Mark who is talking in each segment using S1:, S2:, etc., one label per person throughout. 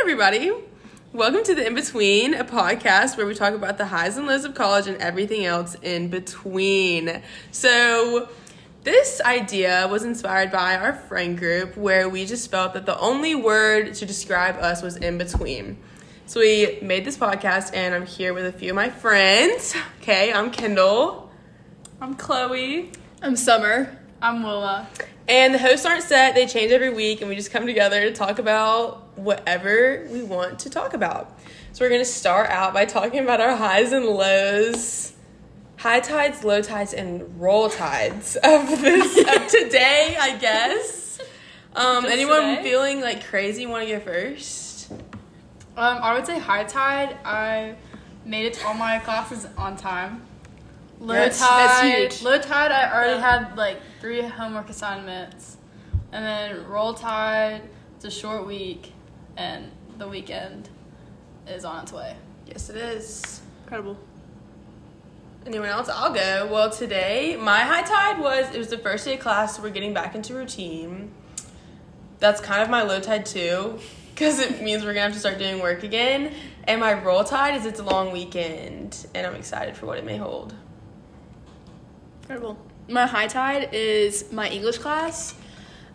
S1: everybody. Welcome to the In Between, a podcast where we talk about the highs and lows of college and everything else in between. So, this idea was inspired by our friend group where we just felt that the only word to describe us was in between. So, we made this podcast, and I'm here with a few of my friends. Okay, I'm Kendall.
S2: I'm Chloe.
S3: I'm Summer.
S2: I'm Willa.
S1: And the hosts aren't set, they change every week, and we just come together to talk about whatever we want to talk about. So we're gonna start out by talking about our highs and lows, high tides, low tides, and roll tides of this of today, I guess. Um,
S2: Just
S1: anyone
S2: today?
S1: feeling like crazy want to go first?
S2: Um, I would say high tide. I made it to all my classes on time. Low
S1: Yes,
S2: tide.
S3: that's huge.
S2: Low tide. I already had like three homework assignments, and then roll tide. It's a short week, and the weekend is on its way.
S1: Yes, it is.
S3: Incredible.
S1: Anyone else? I'll go. Well, today my high tide was it was the first day of class. So we're getting back into routine. That's kind of my low tide too, because it means we're gonna have to start doing work again. And my roll tide is it's a long weekend, and I'm excited for what it may hold.
S3: Incredible. My high tide is my English class.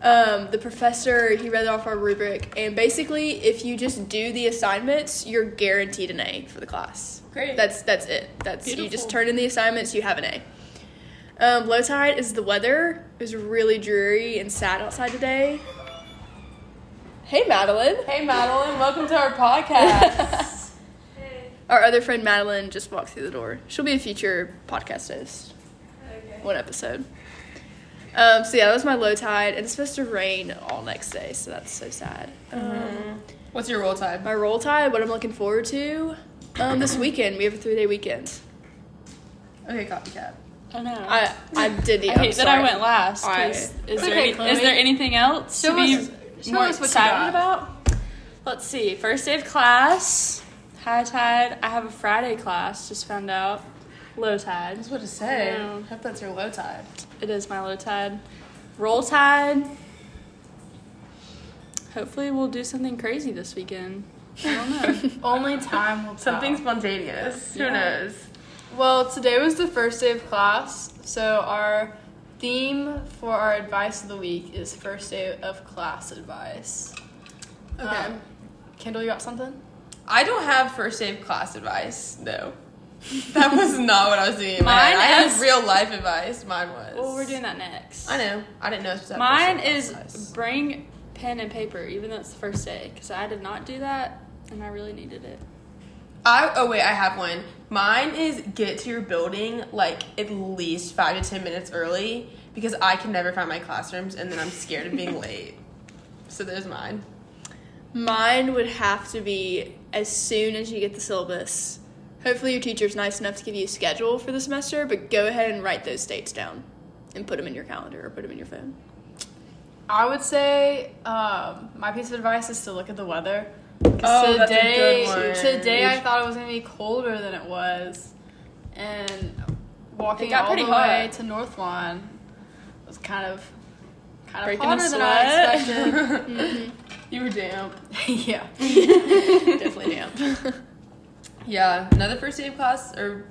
S3: Um, the professor he read off our rubric, and basically, if you just do the assignments, you're guaranteed an A for the class.
S2: Great.
S3: That's that's it. That's you just
S2: Beautiful.
S3: turn in the assignments, you have an A. Um, low tide is the weather. It was really dreary and sad outside today. Hey, Madeline.
S1: Hey Madeline, welcome to our podcast.
S3: Our other friend Madeline just walked through the door. She'll be a future podcast host. One episode. Um, so yeah, that was my low tide, and it's supposed to rain all next day, so that's so sad. Um,
S1: Mm-hmm. What's your roll tide?
S3: my roll tide, what I'm looking forward to, um, this weekend we have a three day weekend.
S1: Okay, copycat.
S4: I know. I,
S3: I I did the. I'm
S4: hate that I
S3: sorry.
S4: went last. 'cause
S3: Alright.
S4: Is,
S1: It's
S4: there
S1: okay,
S4: any-
S1: Chloe.
S4: is there anything else
S2: Show
S4: to be
S2: us- show
S4: more
S2: us what you got.
S4: excited about? Let's see. First day of class, high tide. I have a Friday class. Just found out. Low tide.
S1: That's what to say.
S4: No.
S1: hope that's your low tide.
S4: It is my low tide. Roll tide. Hopefully, we'll do something crazy this weekend. I don't know.
S2: Only time will tell.
S1: Something spontaneous. Who
S4: Yeah.
S1: knows?
S2: Well, today was the first day of class, so our theme for our advice of the week is first day of class advice.
S1: Okay.
S2: Um, Kendall, you got something?
S1: I don't have first day of class advice, though. That was not what I was doing. in my
S4: Mine
S1: head. I had
S4: is-
S1: real life advice. Mine was.
S4: well, we're doing that next.
S1: I know. I didn't know. it was that
S4: Mine
S1: first day of
S4: is
S1: class advice.
S4: bring pen and paper, even though it's the first day, because I did not do that, and I really needed it.
S1: I oh wait, I have one. Mine is get to your building like at least five to ten minutes early because I can never find my classrooms and then I'm scared of being late. So there's mine.
S3: Mine would have to be as soon as you get the syllabus. Hopefully, your teacher's nice enough to give you a schedule for the semester, but go ahead and write those dates down and put them in your calendar or put them in your phone.
S2: I would say um, my piece of advice is to look at the weather. 'Cause
S1: Oh, that's a
S2: today,
S1: good one.
S2: today I thought it was gonna be colder than it was, and walking
S4: It got
S2: all
S4: pretty
S2: the
S4: hot.
S2: way to North Lawn was kind of kind of
S4: Breaking a
S2: hotter than I expected.
S1: Mm-hmm. You were damp.
S2: yeah.
S3: Definitely damp.
S1: Yeah, another first day of class or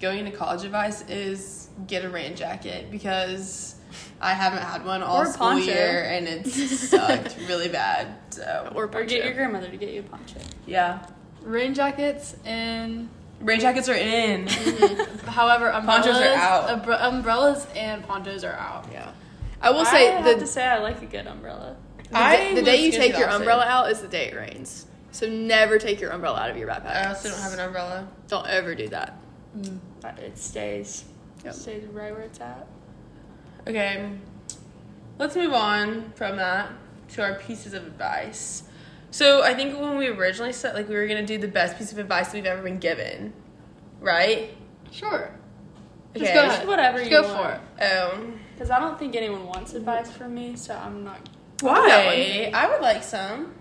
S1: going into college advice is get a rain jacket because I haven't had one all
S4: Or a
S1: school
S4: poncho.
S1: year and it's sucked really bad. So
S3: or
S4: Or
S3: poncho.
S4: get your grandmother to get you a poncho.
S1: yeah,
S2: Rain jackets and
S1: rain jackets are in.
S2: however umbrellas
S1: Ponchos are out.
S2: abr- umbrellas and ponchos are out.
S3: yeah. I will
S4: I
S3: say
S4: have
S3: the,
S4: to
S3: the,
S4: say I like a good umbrella.
S3: day, the
S1: was
S3: day you
S1: gonna
S3: take
S1: do
S3: your
S1: the opposite.
S3: umbrella out is the day it rains. So never take your umbrella out of your backpack.
S1: I also don't have an umbrella.
S3: Don't ever do that.
S4: But it stays.
S3: Yep.
S4: Stays right where it's at.
S1: Okay, let's move on from that to our pieces of advice. So I think when we originally said like we were gonna do the best piece of advice we've ever been given, right?
S2: Sure.
S1: Okay.
S2: Just go ahead.
S4: Whatever
S2: Just
S4: you
S2: go
S4: want.
S2: for it.
S1: Um,
S4: Because I don't think anyone wants advice from me, so I'm not.
S1: Why? I would like some.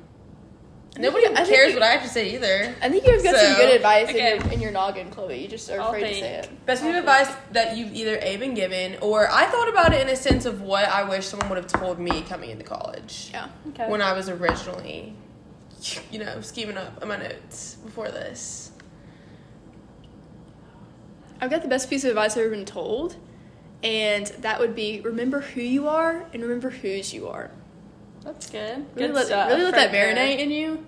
S1: Nobody
S3: I think
S1: cares
S3: you-
S1: what I have to say either.
S3: I think you've got
S1: So,
S3: some good advice
S4: okay.
S3: in, your, in your noggin, Chloe. You just are
S4: I'll
S3: afraid to
S4: think.
S3: say it.
S1: Best piece of advice that you've either A been given or I thought about it in a sense of what I wish someone would have told me coming into college
S3: Yeah.
S4: Okay.
S1: when I was originally you know, scheming up on my notes before this.
S3: I've got the best piece of advice I've ever been told, and that would be remember who you are and remember whose you are.
S4: That's good.
S3: Really
S4: good
S3: let,
S1: Uh,
S4: stuff.
S3: really let that
S4: right there.
S3: marinate in you.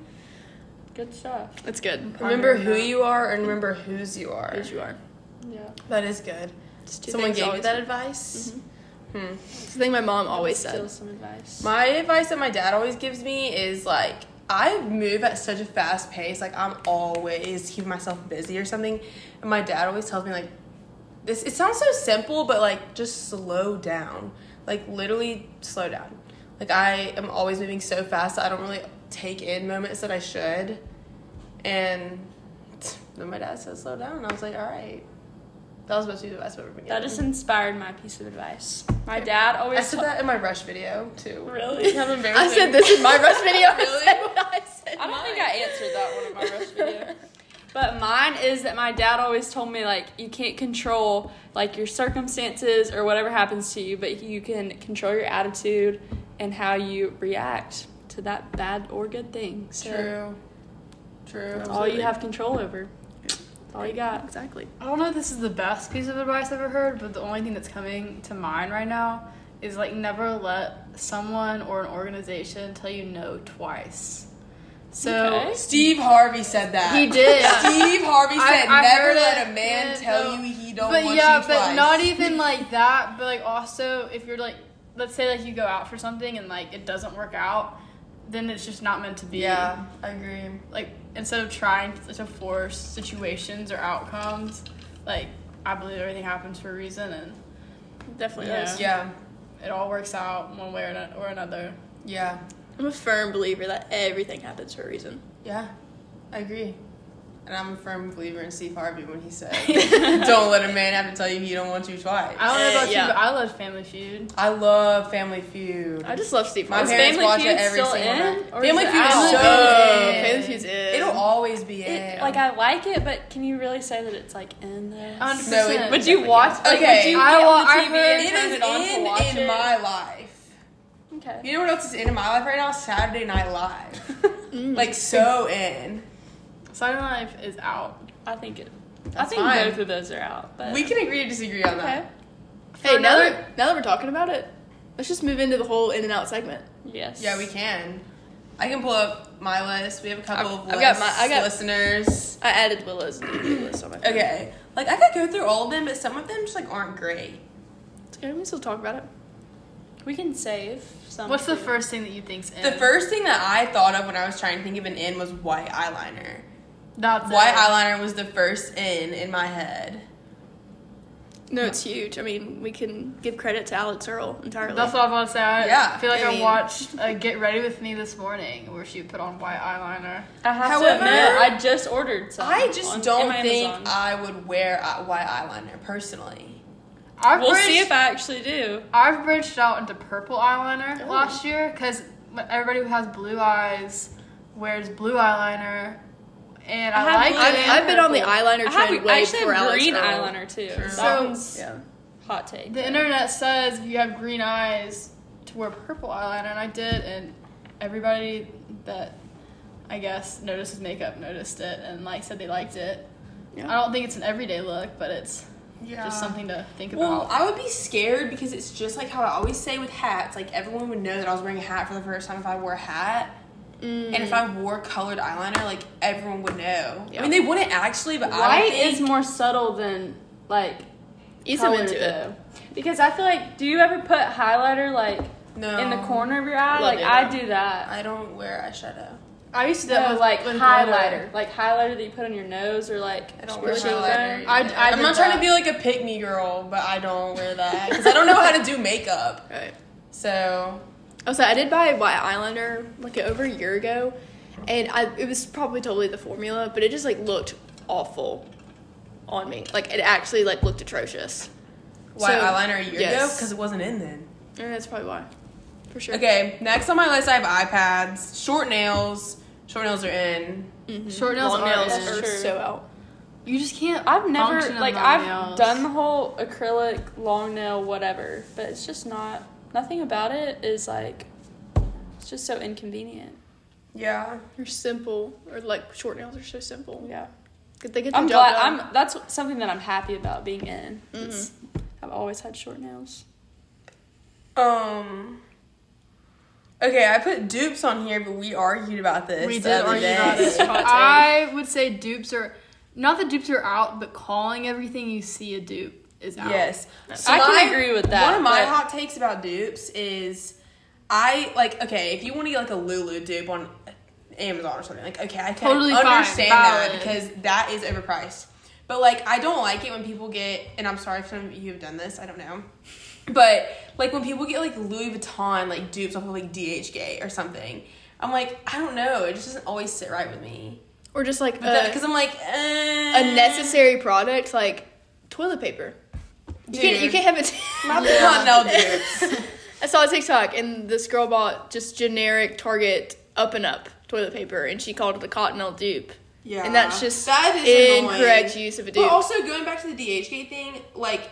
S4: Good stuff.
S3: That's good.
S1: Remember
S4: Pondering
S1: who
S4: that.
S1: you are and remember whose you are.
S3: Whose you are.
S4: Yeah.
S1: That is good.
S3: It's two
S1: Someone
S3: things
S1: gave you
S3: always-
S1: that advice. Hmm.
S3: It's the thing my mom always
S4: Still
S3: said.
S4: some advice.
S1: My advice that my dad always gives me is like I move at such a fast pace, like I'm always keeping myself busy or something. And my dad always tells me like this it sounds so simple, but like just slow down. Like literally slow down. Like I am always moving so fast that I don't really take in moments that I should. And then my dad said slow down and I was like, all right. That was supposed to be the best I've ever been
S4: That
S1: given.
S4: just inspired my piece of advice. My dad
S1: I
S4: always
S1: said that in my rush video too.
S4: Really?
S1: I'm embarrassed.
S3: I said this in my rush video. I
S1: Really?
S3: said what I said.
S4: I don't think I answered that one in my roast video. But mine is that my dad always told me like you can't control like your circumstances or whatever happens to you, but you can control your attitude and how you react to that bad or good thing. So
S1: True. True.
S4: that's all you have control over. That's all you got.
S3: Exactly.
S2: I don't know if this is the best piece of advice I've ever heard, but the only thing that's coming to mind right now is like never let someone or an organization tell you no twice. So
S4: Okay.
S1: Steve Harvey said that.
S2: he did.
S1: Steve Harvey
S2: I-
S1: said,
S2: I
S1: "Never
S2: heard
S1: let
S2: it.
S1: a man
S2: Yeah,
S1: tell
S2: no.
S1: you he don't
S2: but
S1: want
S2: yeah,
S1: you
S2: but
S1: twice."
S2: not even like that. But like also, if you're like, let's say like you go out for something and like it doesn't work out, then it's just not meant to be.
S1: Yeah, I agree.
S2: Like instead of trying to, to force situations or outcomes, like I believe everything happens for a reason and
S3: Definitely
S2: Yeah.
S3: is.
S1: Yeah,
S2: it all works out one way or, ano- or another.
S1: yeah,
S3: I'm a firm believer that everything happens for a reason.
S1: yeah. I agree. And I'm a firm believer in Steve Harvey when he said, "Don't let a man have to tell you he don't want you twice."
S2: I don't know
S3: Uh,
S2: about
S3: yeah.
S2: you, but I love Family Feud.
S1: I love Family Feud.
S3: I just love Steve.
S1: My
S3: Harvey.
S1: parents
S4: Family
S1: watch it
S4: Feud
S1: every
S4: still
S1: single
S4: in,
S1: night.
S4: or
S1: Family
S4: is it
S1: Feud is
S4: out?
S1: so
S3: Oh,
S1: in.
S3: Family Feud's in.
S1: It'll always be in.
S4: It, like I like it, but can you really say that it's like in there?
S2: Hundred
S1: No, it-
S2: percent.
S4: Would you watch? Like,
S1: Okay.
S4: Would you
S2: I
S4: get
S2: wa-
S4: on the
S2: I
S4: TV
S2: heard
S4: and
S1: it
S4: turn
S1: is
S4: it on to watch
S1: in
S4: it?
S1: in my life.
S4: Okay.
S1: You know what else is in my life right now? Saturday Night Live. like so in.
S2: Saturday Night Live is out.
S4: I think it. I
S1: That's
S4: think
S1: fine.
S4: both of those are out. But
S1: We can agree to disagree on
S4: Okay.
S1: that.
S3: Hey,
S2: For
S3: now
S2: another-
S3: that, now that we're talking about it, let's just move into the whole in and out segment.
S4: Yes.
S1: Yeah, we can. I can pull up my list. We have a couple
S3: I've-
S1: of
S3: I've got
S1: lists-
S3: my- I got-
S1: listeners.
S3: I added Willow's to the list on my phone.
S1: Okay. Like I could go through all of them, but some of them just like aren't great.
S3: It's okay, we can still talk about it.
S4: We can save some.
S2: What's the
S4: too.
S2: first thing that you think's in?
S1: The first thing that I thought of when I was trying to think of an in was white eyeliner.
S2: That's
S1: White
S2: it.
S1: eyeliner was the first in in my head.
S3: No, it's huge. I mean, we can give credit to Alex Earl entirely.
S2: That's what I was about to say. I
S1: Yeah,
S2: feel like
S1: I
S2: I,
S1: mean-
S2: watched uh, Get Ready With Me this morning where she put on white eyeliner.
S4: I have
S1: However,
S4: to admit, I just ordered some.
S1: I just
S4: on- in
S1: don't
S4: my
S1: think
S4: Amazon.
S1: I would wear uh, white eyeliner personally.
S2: I've
S4: We'll
S2: branched,
S4: see if I actually do.
S2: I've branched out into purple eyeliner last year because everybody who has blue eyes wears blue eyeliner, and
S4: I
S2: I,
S4: have
S2: like
S4: blue
S2: it.
S3: I've, I've been on the
S4: Cool.
S3: eyeliner
S4: I, have,
S3: trend
S4: I
S3: way
S4: actually
S3: before
S4: have
S3: Alex
S4: green
S3: Earl.
S4: eyeliner too.
S1: True.
S4: That
S2: So-
S4: one's
S1: Yeah.
S4: hot take.
S2: The internet says if you have green eyes to wear purple eyeliner, and I did, and everybody that I guess notices makeup noticed it and like said they liked it.
S3: Yeah.
S2: I don't think it's an everyday look, but it's
S1: Yeah.
S2: just something to think
S1: Well,
S2: about.
S1: I would be scared because it's just like how I always say with hats. Like everyone would know that I was wearing a hat for the first time if I wore a hat, and if I wore colored eyeliner, like everyone would know. I
S3: Mm. Yeah.
S1: mean, they wouldn't actually, but I
S4: White
S1: would think
S4: is more subtle than like
S3: Ease him
S4: color
S3: into it.
S4: though. Because I feel like, do you ever put highlighter like
S1: no
S4: in the corner of your eye?
S3: Love
S4: Like
S3: it.
S4: I do that.
S1: Um, I don't wear eyeshadow.
S2: I used to do that
S4: No,
S2: with
S4: like
S2: with
S4: highlighter, like highlighter that you put on your nose or like
S1: I don't
S4: your
S1: wear highlighter.
S4: cheekbone.
S2: I-
S1: either.
S2: I
S1: I'm
S2: did
S1: not trying to
S2: that.
S1: be like a pick me girl, but I don't wear that because I don't know how to do makeup.
S3: Right.
S1: So
S3: Also, I did buy white eyeliner like over a year ago, and I it was probably totally the formula, but it just like looked awful on me. Like it actually like looked atrocious.
S1: white
S3: So-
S1: eyeliner a year ago
S3: yes.
S1: because it wasn't in then.
S3: And that's probably why, for sure.
S1: Okay, next on my list I have iPads, short nails. Short nails are in.
S2: Short nails,
S3: Long
S2: are
S3: nails
S4: That's
S3: are
S4: true.
S3: so out.
S2: You just can't.
S4: I've never
S2: function in
S4: like
S2: long
S4: I've
S2: nails.
S4: done the whole acrylic long nail whatever, but it's just not nothing about it is like it's just so inconvenient.
S1: Yeah.
S3: You're simple, or like short nails are so simple.
S4: Yeah.
S3: Could they get the
S4: I'm
S3: job
S4: glad.
S3: done?
S4: I'm. That's something that I'm happy about being in. It's- I've always had short nails.
S1: Um. Okay, I put dupes on here, but we argued about this.
S2: We
S1: the
S2: did
S1: other
S2: argue
S1: day.
S2: about it. I would say dupes are not that dupes are out, but calling everything you see a dupe is out.
S1: Yes.
S4: I can agree with that,
S1: One of my
S4: but-
S1: hot takes about dupes is I like okay, if you want to get like a Lulu dupe on Amazon or something, like okay, I can
S2: Totally fine,
S1: understand that
S2: valid.
S1: because that is overpriced. But like I don't like it when people get and I'm sorry if some of you have done this, I don't know. But like when people get like Louis Vuitton like dupes off of like DHgate or something. I'm like, I don't know. It just doesn't always sit right with me.
S3: or just like
S4: Uh,
S3: a,
S1: Because I'm like, eh.
S3: unnecessary products like toilet paper. You can't, you
S1: Dude.
S3: can't have it.
S1: Not the Cottonelle dupes.
S3: I saw a TikTok and this girl bought just generic Target up and up toilet paper and she called it the Cottonelle dupe.
S1: Yeah.
S3: And that's just
S1: That is
S3: incorrect
S1: annoying.
S3: use of a dupe.
S1: But also going back to the DHgate thing, like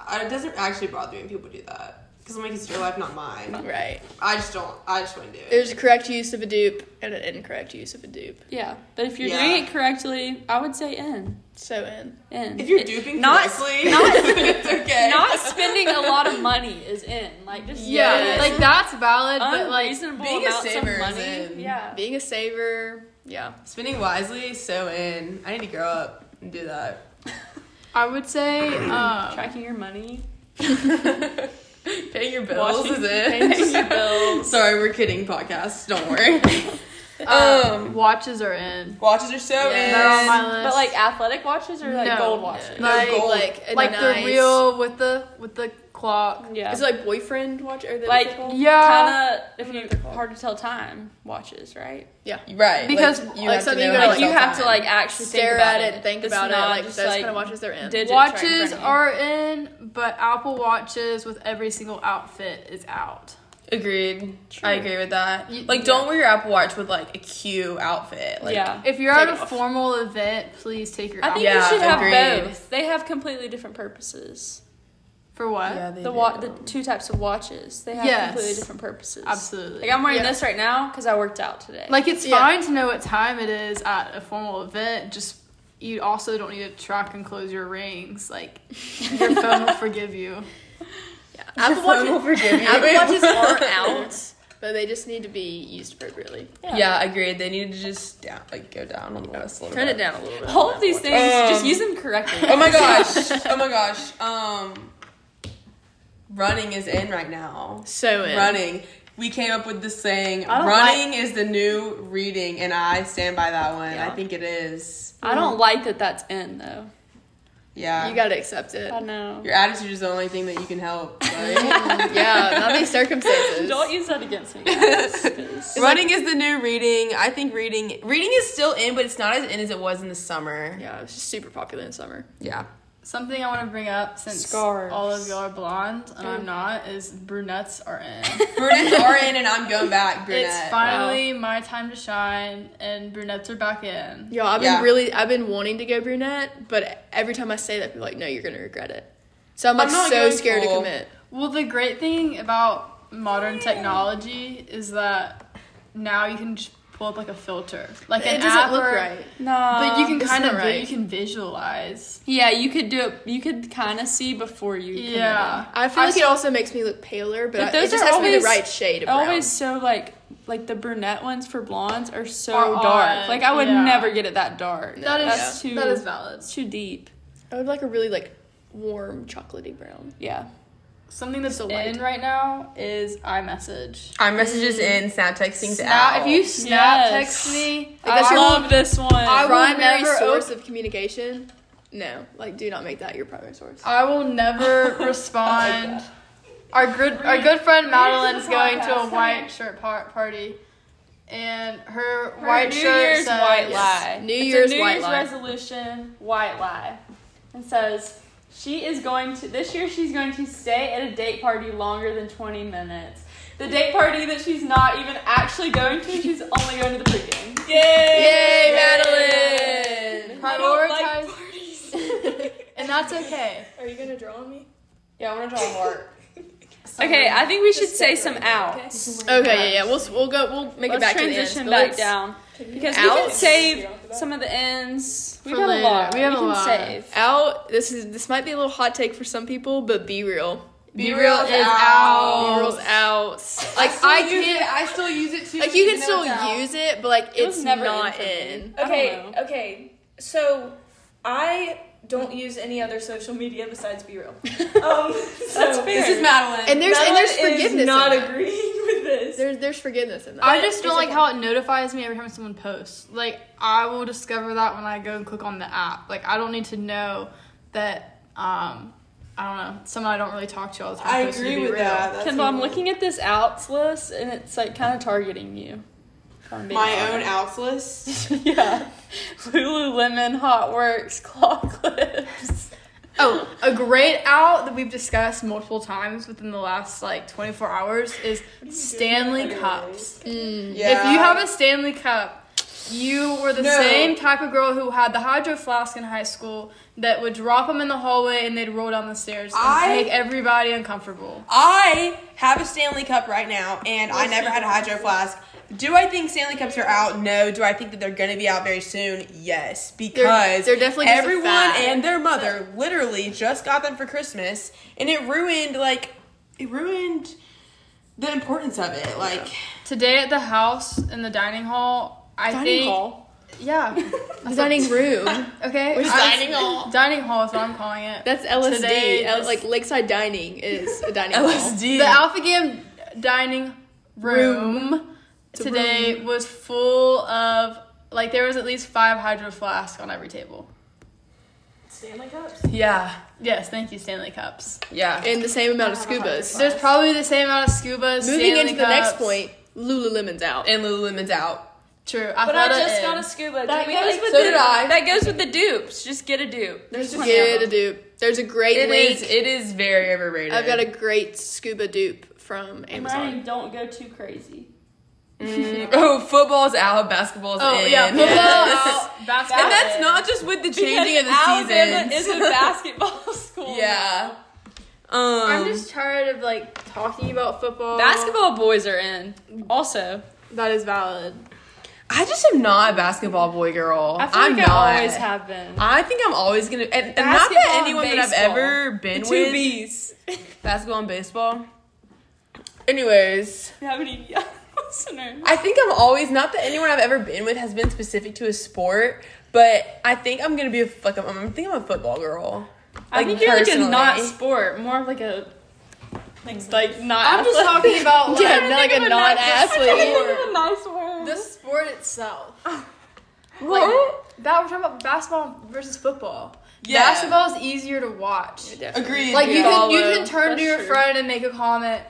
S1: I- it doesn't actually bother me when people do that because I'm like it's your life, not mine.
S3: right.
S1: I just don't. I just wouldn't do it.
S3: There's a correct use of a dupe and an incorrect use of a dupe.
S4: Yeah, but if you're
S1: Yeah.
S4: doing it correctly, I would say in
S3: So in.
S4: in.
S1: if you're
S4: It-
S1: duping
S4: not
S1: correctly, not, it's okay.
S4: not spending a lot of money is in. Like just
S3: Yeah.
S2: like that's valid, but like
S4: unreasonable
S1: being a
S4: amounts of
S1: saver is
S4: money.
S1: in.
S4: Yeah.
S3: Being a saver, yeah.
S1: spending wisely. is So in, I need to grow up and do that.
S2: I would say um,
S4: Tracking your money.
S1: Paying your bills
S4: Washing-
S1: is
S4: your
S1: in.
S4: bills.
S1: Sorry, we're kidding. Podcast, don't worry.
S2: um,
S1: um,
S2: watches are in.
S1: watches are so
S2: Yeah,
S1: in.
S2: they're on my list.
S4: But like athletic watches or like
S2: No.
S4: gold watches.
S1: No,
S3: Like
S1: gold.
S3: like a
S2: like
S3: nice-
S2: the real with the with the clock.
S4: Yeah.
S3: Is it like boyfriend watch or the
S4: like
S2: Yeah.
S4: kind of if you hard to tell time watches, right?
S3: yeah.
S1: Right.
S2: Because,
S1: you
S3: like,
S1: have to
S3: something
S1: know
S3: you
S1: how
S3: gotta,
S4: Like
S3: like
S4: you
S1: tell
S4: have to
S1: time.
S4: like actually
S3: Stare
S4: think
S3: at
S4: about
S3: it, and think
S4: It's
S3: about it.
S4: not
S3: Like
S4: just,
S3: those kind of watches they're in.
S4: digits right in
S2: Watches
S4: front of you.
S2: are in, but Apple Watches with every single outfit is out.
S1: Agreed.
S4: True.
S1: I agree with that.
S2: You-
S1: like, don't wear your Apple Watch with like a cute outfit. Like,
S4: yeah.
S2: If you're
S1: Take
S2: at
S1: it
S2: a
S1: off.
S2: formal event, please take your
S4: I
S2: outfit.
S4: think
S1: Yeah,
S4: you should have
S1: agreed.
S4: both. They have completely different purposes.
S2: For what?
S1: they
S4: The
S1: do.
S4: wa- the two types of watches, they have
S2: Yes.
S4: completely different purposes.
S2: Absolutely.
S4: Like I'm wearing
S3: Yeah.
S4: this right now because I worked out today.
S2: Like it's
S3: Yeah.
S2: fine to know what time it is at a formal event. Just you also don't need to track and close your rings. Like your phone will forgive you.
S3: Apple watches,
S1: forgive you.
S3: Apple watches are out, but they just need to be used appropriately.
S1: Yeah. agreed. They need to just down, like go down on the list a little
S3: Turn
S1: bit.
S3: it down a little bit.
S4: all of these things, just
S1: Um,
S4: use them correctly.
S1: Oh my gosh. oh my gosh. Um, running is in right now.
S3: So in.
S1: Running. We came up with this saying.
S4: I don't
S1: Running is the new reading, and I stand by that one.
S4: Yeah.
S1: I think it is.
S4: I don't like that that's in though.
S1: Yeah.
S3: You gotta accept it.
S4: I know.
S1: your attitude is the only thing that you can help. Right?
S3: yeah, not these circumstances.
S4: Don't use that against me.
S1: Running is the new reading. I think reading reading is still in, but it's not as in as it was in the summer.
S3: yeah, it's just super popular in summer.
S1: Yeah.
S2: Something I want to bring up since
S4: Scarves.
S2: all of y'all are blonde and I'm not is brunettes are in.
S1: Brunettes are in and I'm going back, brunette.
S2: it's finally my time to shine and brunettes are back in.
S3: Yo, I've been
S1: Yeah.
S3: really, I've been wanting to go brunette, but every time I say that, people are like, no, you're gonna regret it. So I'm like
S1: I'm not
S3: so
S1: going
S3: scared to
S1: full.
S3: commit.
S2: Well, the great thing about modern technology is that now you can just pull up like a filter, like an
S3: it doesn't
S2: app
S3: look
S2: or-
S3: right.
S4: no,
S2: But you can
S3: it's
S2: kind of
S3: not right.
S2: you can visualize.
S4: Yeah, you could do it. You could kind of see before you. committed.
S2: Yeah,
S3: I feel
S2: I
S3: like it
S2: could-
S3: also makes me look paler, but,
S4: But
S3: I-
S4: those
S3: it just
S4: are
S3: has to be
S4: always-
S3: the right shade of brown.
S4: Always so like like the brunette ones for blondes are so
S2: Are
S4: dark.
S2: odd,
S4: like I would
S2: yeah.
S4: never get it that dark.
S2: That is
S4: That's too
S2: that is valid.
S4: it's too deep.
S3: I would like a really like warm chocolatey brown.
S4: Yeah.
S2: Something that's
S3: So light.
S2: in right now is iMessage.
S1: Our messages in, snap texting's
S2: Now, if you snap
S4: Yes.
S2: text me,
S3: Like, that's
S4: I
S3: your-
S4: love this one.
S2: I will
S3: primary
S2: never
S3: source of communication. No, like do not make that your primary source.
S2: I will never respond. Our good our good friend Madeline's
S4: the
S2: going to a
S4: podcast.
S2: white shirt par- party, and her,
S4: Her
S2: white
S4: New
S2: shirt
S4: Year's
S2: says,
S4: white lie.
S3: New
S4: It's a
S3: Year's
S4: New
S3: white
S4: Year's
S3: lie.
S4: resolution white lie, and says she is going to this year. She's going to stay at a date party longer than twenty minutes. The date party that she's not even actually going to. She's only going to the pregame. Yay!
S1: Madeline!
S4: I don't like
S2: Prioritize-
S4: parties.
S2: and that's okay.
S3: Are you gonna draw on me?
S1: Yeah, I wanna draw a heart.
S4: Okay, I think we should say some outs.
S3: Okay, yeah, yeah. We'll we'll go. We'll make it
S4: Let's
S3: back
S4: transition
S3: to the ends, but let's-
S4: back down because we can
S3: Outs?
S4: save some of the ends. We
S3: for
S4: have a
S3: later.
S4: lot.
S3: We have
S4: we
S3: a
S4: can
S3: lot.
S4: save.
S3: Out. This is this might be a little hot take for some people, but be real.
S1: Be real is
S3: Be
S1: out.
S3: real's out. Like I, can't.
S1: I still use it too.
S3: Like you can still use it, but like
S4: was
S3: it's
S4: never in
S3: not
S4: for me.
S3: in.
S4: I don't
S5: Okay,
S4: know.
S5: okay. So I don't use any other social media besides Be Real. Um, so
S4: That's fair.
S1: This is Madeline.
S3: And there's and
S5: Madeline
S3: there's
S5: is
S3: forgiveness. in
S5: Not
S3: that.
S5: agreeing with this.
S3: There's there's forgiveness in that.
S2: I just don't like how it notifies me every time someone posts. Like I will discover that when I go and click on the app. Like I don't need to know that. Um, I don't know. Someone I don't really talk to all the time.
S1: I
S2: posted to
S1: agree
S2: be
S1: with
S2: real.
S1: that. That's
S4: Kendall, I'm looking at this outs list and it's like kind of targeting you. if I'm being
S1: my own
S4: honest.
S1: outs list.
S4: yeah. Lululemon, Hot Works, Claw Clips.
S2: Oh, a great out that we've discussed multiple times within the last like 24 hours is Stanley cups. If you have a Stanley cup, you were the
S1: No.
S2: same type of girl who had the hydro flask in high school that would drop them in the hallway and they'd roll down the stairs and
S1: I-
S2: make everybody uncomfortable.
S1: I have a Stanley Cup right now, and I never had a hydro flask. Do I think Stanley Cups are out? No. Do I think that they're going to be out very soon? Yes, because
S3: they're definitely just a
S1: everyone
S3: fad.
S1: and their mother literally just got them for Christmas, and it ruined like it ruined the importance of it. Like
S2: Today at the house in the dining hall, I think yeah,
S3: Designing room.
S2: okay,
S3: Which
S2: I-
S3: dining hall?
S2: Dining hall is what I'm calling it.
S3: That's LSD.
S2: Today
S3: L-
S2: just-
S3: like lakeside dining is a dining hall.
S1: LSD.
S2: The Alpha Gam dining room, today was full of like there was at least five hydro flasks on every table.
S5: Stanley Cups.
S1: yeah,
S2: Yes, thank you, Stanley cups.
S1: yeah.
S3: And the same amount of scubas.
S2: There's probably the same amount of scubas.
S3: Moving
S2: Stanley
S3: into the next
S2: cups.
S3: point, Lululemon's out.
S1: and Lululemon's out.
S2: True, I
S5: But
S2: thought
S5: I
S2: it
S5: just
S2: is.
S5: got a scuba.
S4: That
S5: Did we
S4: goes
S5: like-
S4: with
S1: so
S4: the,
S1: did I.
S4: That goes with the dupes. Just get a dupe. There's
S3: Just
S4: plenty
S3: get a
S4: of them.
S3: dupe. There's a great
S1: It
S3: link.
S1: is. It is very overrated.
S3: I've got a great scuba dupe from
S4: I'm
S3: Amazon.
S4: writing don't go too crazy.
S1: Oh, football's out. Basketball's
S2: Oh
S1: in.
S2: yeah, football out, basketball.
S1: And that's
S2: in.
S1: not just with the changing of the
S4: Alabama
S1: seasons.
S4: is a basketball school.
S1: yeah. Um,
S2: I'm just tired of like talking about football.
S4: Basketball boys are in. Also,
S2: That is valid.
S1: I just am not a basketball boy girl.
S4: I feel
S1: am
S4: like
S1: not.
S4: I always have been.
S1: I think I'm always gonna, and, and not
S4: Basketball
S1: that
S4: and
S1: anyone that I've
S4: baseball.
S1: ever been
S4: The
S1: with.
S4: two B's.
S1: Basketball and baseball. Anyways,
S4: How many young listeners?
S1: I think I'm always not that anyone I've ever been with has been specific to a sport, but I think I'm gonna be a like I'm, I think I'm a football girl.
S4: I think you're like a
S1: personally.
S4: not sport, more of like a like, like not.
S2: I'm just
S4: athletic.
S2: talking about like,
S3: Yeah, not like a non-athlete.
S4: That's a nice word.
S2: the sport itself.
S1: What?
S2: That we're talking about basketball versus football.
S1: Yeah.
S2: Basketball is easier to watch.
S1: Agreed.
S2: Like you can you
S4: Follow.
S2: can turn
S4: That's
S2: to your
S4: true.
S2: friend and make a comment,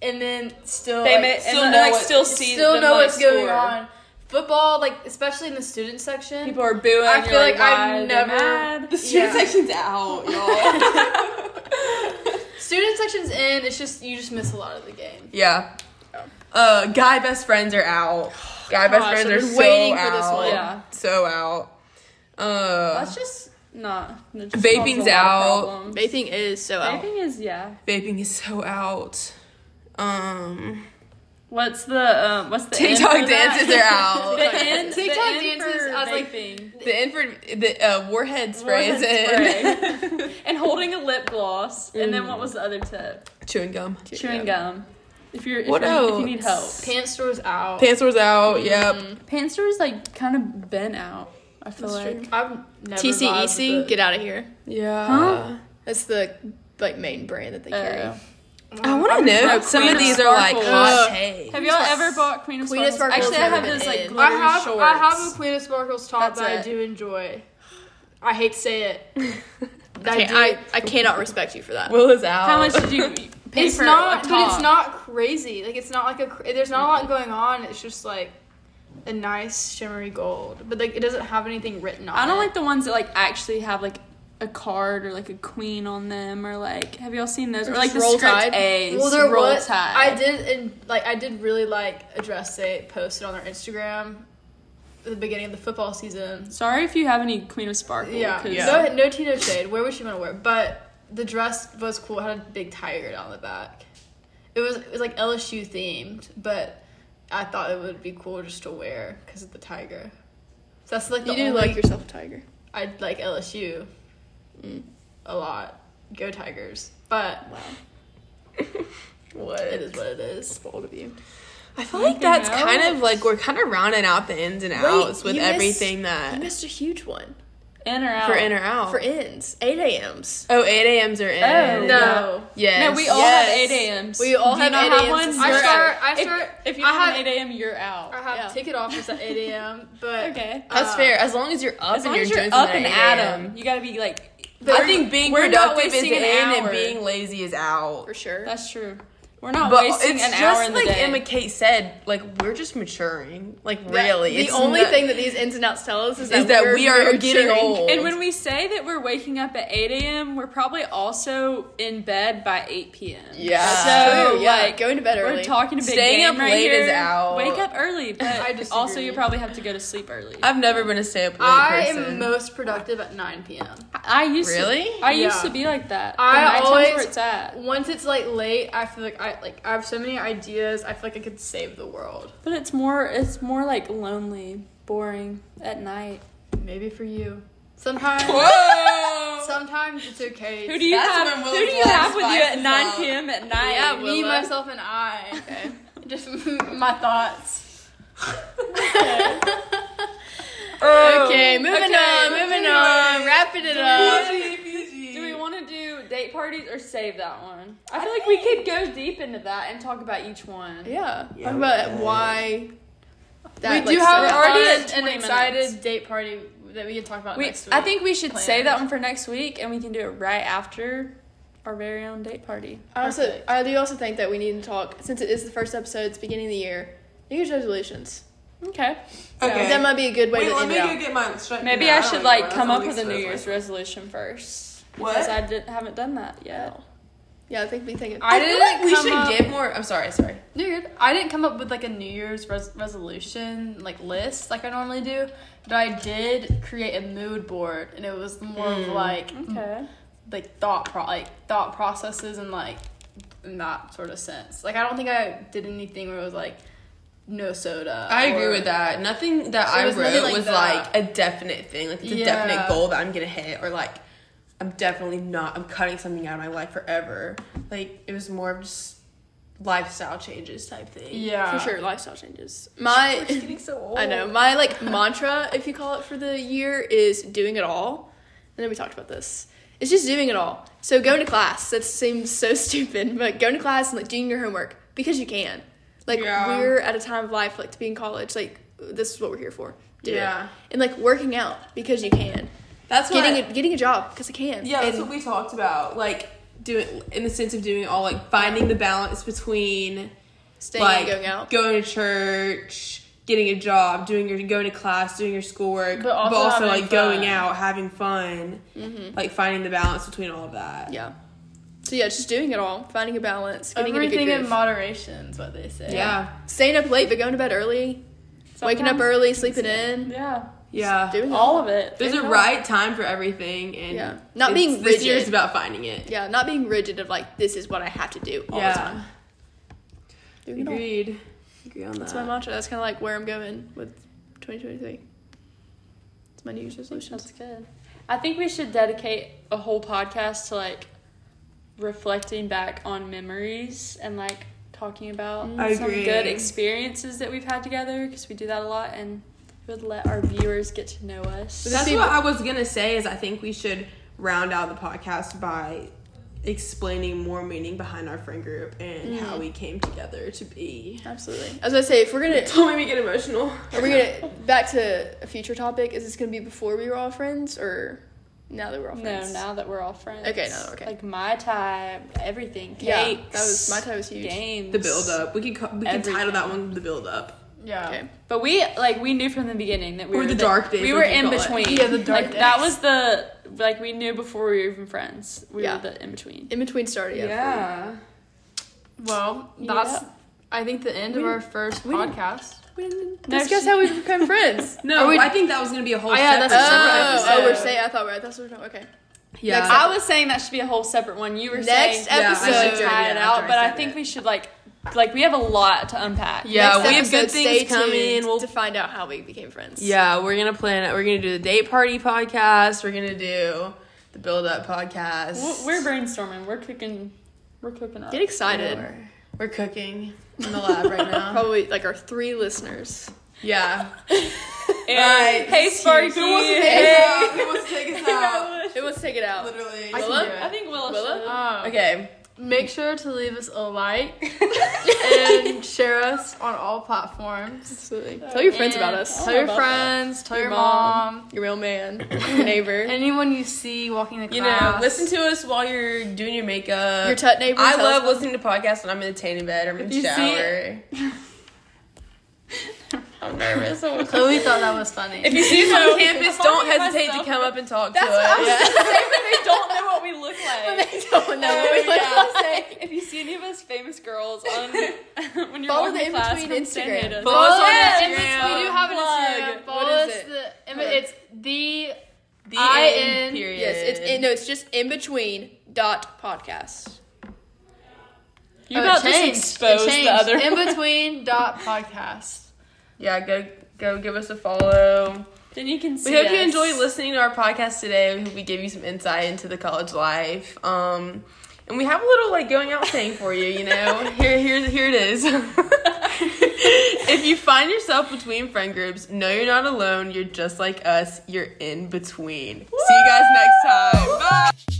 S2: and then still
S4: they
S2: like,
S4: may,
S1: still
S4: and
S1: know
S4: like
S1: what-
S4: still see
S2: still
S4: them,
S2: know
S4: like,
S2: what's going
S4: score.
S2: on. Football, like especially in the student section,
S4: People are booing.
S2: I feel
S4: you're
S2: like I've
S4: why are they
S2: never-
S4: mad?
S1: The student
S2: Yeah.
S1: section's out, y'all.
S2: student section's in. It's just you just miss a lot of the game.
S1: yeah. Uh, guy best friends are out. Guy best
S4: Gosh,
S1: friends
S4: I've
S1: are
S4: been
S1: so
S3: waiting for
S1: out.
S3: this one.
S4: Yeah.
S1: So out. Uh,
S4: That's just not. that just
S1: Vaping's
S4: solves a lot of
S1: out.
S4: problems.
S3: Bathing is so out.
S4: Vaping is yeah.
S1: vaping is so out. Um,
S4: What's the um? What's the end
S1: TikTok
S4: for that?
S1: dances are out.
S4: The end.
S2: TikTok
S4: the end
S2: dances,
S4: for
S2: I was like,
S4: vaping.
S1: the end for the uh, warhead spray is
S4: Warhead
S1: in.
S4: spray. and holding a lip gloss. And then what was the other tip?
S1: Chewing gum.
S4: Chewing gum. If you're if,
S1: What
S4: you're, if you need help.
S1: else?
S2: Pant stores out.
S1: Pantslor's out. Yep.
S4: Panster is like kind of bent out. I feel like
S2: I've never
S4: E
S2: vibed
S3: TCEC,
S2: with
S3: E get out of here.
S1: Yeah.
S4: Huh?
S3: That's the like main brand that they carry.
S4: Uh,
S1: I want to know. if some
S4: Queen
S1: of
S4: of
S1: these are like
S4: Sparkles.
S1: hot
S3: Ugh.
S1: takes.
S4: Have y'all ever bought Queen of
S3: Queen of
S4: Sparkles?
S3: Sparkles
S4: Actually, I
S3: never
S4: have those
S3: been
S4: like
S3: in.
S4: glittery
S2: I have
S4: shorts.
S2: I have a Queen of Sparkles top
S3: That's
S2: that I
S3: it.
S2: do enjoy. I hate to say it. That
S3: Okay,
S2: do-
S3: I, I cannot respect you for that.
S1: Will is out.
S4: How much did you pay
S2: it's
S4: for
S2: not, but
S4: a top?
S2: it's not crazy. Like it's not like a. cr- There's not a lot going on. It's just like a nice shimmery gold, but like it doesn't have anything written on.
S4: I don't
S2: it.
S4: like the ones that like actually have like a card or like a queen on them or like have y'all seen those or like the
S3: Roll
S4: script
S3: Tide?
S4: A's
S2: Well, there
S4: roll
S2: was.
S4: tide.
S2: I did and like I did really like a dress they posted on their Instagram at the beginning of the football season.
S4: Sorry if you have any Queen of Sparkles.
S2: Yeah,
S4: because
S2: no, no tea, no shade. Where would she want to wear? But the dress was cool. It had a big tiger down the back. it was it was like LSU themed, but I thought it would be cool just to wear because of the tiger. So that's like the
S3: you do
S2: only,
S3: like yourself a tiger.
S2: I like LSU
S3: Mm.
S2: a lot. Go Tigers! But
S3: Wow.
S2: what it is what it is.
S3: Bold of you.
S1: I feel like that's kind of like we're kind of rounding out the ins and outs with
S3: you missed-
S1: everything
S2: Uh,
S3: You
S1: that
S3: missed a huge one
S4: In or out?
S1: for in or
S2: oh.
S1: out.
S3: for ends. 8 a.m.s.
S1: oh, 8 a.m.s are in.
S4: Oh.
S3: No.
S1: Yes.
S4: No, we all
S3: Yes.
S4: have 8 a.m.s.
S3: We all
S4: Do
S3: have
S4: you not
S3: 8
S4: have
S3: a.m.s.
S4: ones?
S3: I
S4: You're
S2: start-
S4: out.
S2: I
S4: If-
S2: start-
S4: If, you
S2: I
S4: don't have
S2: have-
S4: an 8 a.m., you're out.
S2: I have
S3: Yeah.
S2: ticket office at eight a.m. But
S4: Okay.
S1: That's
S2: Uh,
S1: fair. As long as you're up
S4: As
S1: and
S4: long
S1: you're,
S4: as you're
S1: doing
S4: up
S1: something
S4: and
S1: at
S4: at
S1: 8 a.m..
S4: 'em, you gotta be like,
S1: I think being
S4: we're not
S1: productive is
S4: wasting
S1: in
S4: an
S1: and
S4: hour.
S1: being lazy is out.
S3: For sure.
S4: that's true. We're not
S1: But
S4: wasting
S1: it's
S4: an
S1: just
S4: hour in
S1: like
S4: the day.
S1: Emma Kate said, like we're just maturing. Like
S3: Yeah,
S1: really,
S3: The
S1: it's
S3: only
S1: not-
S3: thing that these ins and outs tell us is that,
S1: is that
S3: we're,
S1: we are getting
S3: maturing.
S1: old.
S4: and when we say that we're waking up at 8 a.m., we're probably also in bed by 8 p.m.
S1: Yeah.
S4: So,
S3: True, yeah,
S4: like,
S3: going to bed early.
S4: We're talking a big
S1: Staying
S4: game
S1: up
S4: right
S1: late
S4: here.
S1: is out.
S4: Wake up early, but
S2: I
S4: also
S2: disagree.
S4: you probably have to go to sleep early. I,
S1: I've never been a stay up late
S2: I
S1: person.
S2: am most productive at nine p.m.
S4: used
S1: Really?
S4: to, I used
S2: Yeah.
S4: to be like that.
S2: I
S4: The nighttime's
S2: always-
S4: where it's at.
S2: Once it's like late, I feel like I like I have so many ideas. I feel like I could save the world.
S4: But it's more it's more like lonely, boring at night.
S2: Maybe for you. Sometimes. Oh!
S1: Whoa.
S2: Sometimes it's okay.
S4: Who do you
S1: That's
S4: have?
S1: when
S4: Who
S1: Will's
S4: do you
S1: voice
S4: have with you
S1: spikes
S4: at
S1: up.
S4: 9 p.m. at night?
S2: yeah, me,
S4: Willa?
S2: myself, and I. Okay. Just my thoughts.
S3: okay, moving on, moving on, wrapping it up.
S4: Do we want to do date parties or save that one? I feel like we could go deep into that and talk about each one.
S3: Yeah, talk about why. That,
S2: we do
S3: like,
S2: have
S3: stuff.
S4: already
S2: already
S4: at
S2: an,
S4: 20
S2: excited
S4: minutes.
S2: date party that we can talk about
S4: We,
S2: next week.
S4: I think we should
S2: Plan.
S4: save that one for next week, and we can do it right after our very own date party.
S3: I also,
S2: Perfect.
S3: I do also think that we need to talk since it is the first episode. It's beginning of the year. New Year's resolutions.
S4: Okay.
S1: Okay.
S3: That might be a good way
S6: Wait,
S3: to
S6: let
S3: end
S6: me
S3: it.
S6: go
S3: out.
S6: get my. Straight,
S4: Maybe
S6: no,
S4: I
S6: don't
S4: should
S6: need
S4: like
S6: one.
S4: come
S6: That's
S4: up with a
S6: next
S4: New
S6: Thursday.
S4: Year's resolution first.
S6: What?
S4: Because I didn't, haven't done that yet.
S1: Oh.
S3: Yeah, I think we think.
S2: I
S1: I feel
S2: didn't.
S1: like we
S2: come
S1: should
S2: up,
S1: give more. I'm sorry, sorry.
S2: No, you're- I didn't come up with like a New Year's res- resolution like list like I normally do, but I did create a mood board, and it was more of like
S4: Okay.
S2: like thought pro- like thought processes and like in that sort of sense. Like I don't think I did anything where it was like no soda.
S1: I agree
S2: or-
S1: with that. Nothing that
S2: So it
S1: I
S2: was
S1: wrote
S2: nothing like
S1: was
S2: that.
S1: like a definite thing. Like it's a
S2: Yeah.
S1: definite goal that I'm gonna hit, or like I'm definitely not. I'm cutting something out of my life forever. Like it was more of just lifestyle changes type thing.
S2: Yeah,
S3: for sure lifestyle changes. My
S1: getting so old.
S3: I know. My like mantra, if you call it for the year, is doing it all. And then we talked about this. It's just doing it all. So going to class, that seems so stupid, but going to class and like doing your homework because you can. Like
S1: Yeah.
S3: we're at a time of life, like to be in college, like this is what we're here for. Do
S1: Yeah.
S3: it. And like working out because you can.
S1: That's what
S3: getting a getting a job because I can.
S1: Yeah, that's
S3: And
S1: what we talked about. Like doing in the sense of doing it all, like finding the balance between
S3: staying
S1: like
S3: and going out.
S1: going to church, getting a job, doing your going to class, doing your schoolwork,
S2: But also having
S1: like
S2: fun.
S1: going out, having fun,
S3: Mm-hmm.
S1: like finding the balance between all of that.
S3: yeah. So yeah, just doing it all, finding a balance, getting
S2: everything
S3: in a good
S2: in
S3: groove.
S2: moderation is what they say.
S1: Yeah,
S3: staying up late but going to bed early, waking up
S4: Sometimes-
S3: early, sleeping in.
S4: Yeah.
S1: yeah.
S3: doing it.
S4: All of it.
S1: There's a
S4: Yeah.
S1: right time for everything, and
S3: Yeah. Not
S1: it's-
S3: being
S1: this
S3: rigid.
S1: year's about finding it.
S3: Yeah, not being rigid of like this is what I have to do all the time.
S1: yeah,
S3: Doing it all.
S1: agreed. Agree on that.
S3: That's my mantra. That's kind of like where I'm going with 2023. It's my New Year's resolution.
S4: That's good. I think we should dedicate a whole podcast to like reflecting back on memories and like talking about
S1: I
S4: some
S1: agree.
S4: good experiences that we've had together because we do that a lot and we would let our viewers get to know us.
S1: That's what I was gonna say. Is I think we should round out the podcast by explaining more meaning behind our friend group and
S3: Mm.
S1: how we came together to be.
S3: Absolutely. I was gonna say if we're gonna
S1: Don't make me get emotional.
S3: are we gonna back to a future topic? Is this gonna be before we were all friends or now that we're all
S4: No,
S3: friends?
S4: now that we're all friends.
S3: Okay, now that we're- okay.
S4: Like my time, everything. Cakes,
S3: Yeah, that was my time was huge.
S4: Games.
S1: The build up. We can co- we can title
S4: Everything.
S1: that one the build up.
S2: yeah.
S3: Okay.
S4: But we like we knew from the beginning that we
S1: Or
S4: were
S1: the dark days,
S4: We
S1: we
S4: were
S1: can
S4: in
S1: call it.
S4: between.
S2: Yeah, the dark
S4: Like that
S2: days.
S4: was the like we knew before we were even friends. We
S3: Yeah.
S4: were the in between.
S3: In between started. Yeah.
S2: Well,
S4: Yeah.
S2: that's I think the end of our first podcast.
S3: We didn't
S4: No,
S3: discuss
S4: she-
S3: how we become friends.
S1: No,
S2: Are we-
S1: I think that was gonna be a whole.
S2: Oh, yeah,
S1: separate
S2: that's a
S1: episode.
S2: separate
S3: Oh, oh, we're
S2: episode.
S3: saying I thought we're that's what we're okay.
S1: Yeah.
S3: Next
S4: I was saying that should be a whole separate one. You were
S3: Next
S4: saying we
S1: Yeah, I
S4: should
S1: should do it,
S4: tie it
S1: yeah,
S4: out,
S1: after I
S4: but I
S1: said
S4: think
S1: it.
S4: we should like like we have a lot to unpack.
S1: Yeah,
S3: Next
S1: we have good
S3: episode,
S1: things
S3: stay
S1: coming.
S3: tuned
S1: We'll
S3: to find out how we became friends.
S1: Yeah, we're gonna plan it. We're gonna do the date party podcast. We're gonna do the build up podcast.
S4: W- We're brainstorming. We're cooking. We're cooking up.
S3: Get excited.
S1: We're cooking in the lab right now.
S3: Probably like our three listeners.
S1: yeah.
S4: And-
S1: Alright.
S4: Hey, Sparky.
S1: Who wants to take us out? Who wants to take us out?
S3: Who wants to take it out?
S1: Literally.
S3: Willa?
S4: I think Willa.
S3: Willa?
S4: should.
S2: Um,
S1: Okay.
S2: Make sure to leave us a like and share us on all platforms.
S3: Absolutely. Tell your friends
S2: And
S3: about
S1: Oh
S3: us.
S2: Tell your friends. Tell your, mom.
S3: Your real man. Your neighbor.
S2: Anyone you see walking the
S1: You
S2: class.
S1: know, listen to us while you're doing your makeup.
S3: Your tut neighbor.
S1: I
S3: tell
S1: love
S3: us-
S1: listening to podcasts when I'm in the tanning bed or I'm in the
S2: you see
S1: shower. I'm nervous.
S2: Chloe thought that was funny.
S1: If you see us on campus, don't
S4: Calling
S1: hesitate
S4: myself.
S1: to come up and talk
S4: That's
S1: to us.
S4: what I was just saying. When they don't know what we look like.
S3: I don't know what we look like.
S4: If you see any of us famous girls on when you're
S3: Follow the
S4: walking class
S3: In-Between
S4: from San
S3: Instagram.
S4: Diego-
S1: Follow us on
S2: Yes,
S1: Instagram.
S2: We do have an
S4: Plug.
S2: Instagram.
S3: What
S2: Follow
S3: is
S2: us.
S3: it?
S2: The, it's the
S1: The
S2: I
S1: end
S2: N-
S1: period.
S3: Yes, it's in, no, it's just in between dot podcast.
S4: You
S2: Oh, it
S4: about just
S2: changed.
S4: exposed
S2: It
S4: the
S2: changed.
S4: other
S2: in
S4: one.
S2: between dot podcast.
S1: Yeah, go go give us a follow.
S4: Then you can see.
S1: We hope you
S4: us.
S1: enjoy listening to our podcast today. We hope we give you some insight into the college life. Um, and we have a little like going out thing for you, you know. here, here, here it is. if you find yourself between friend groups, know you're not alone. You're just like us. You're in between. See you guys next time. Bye.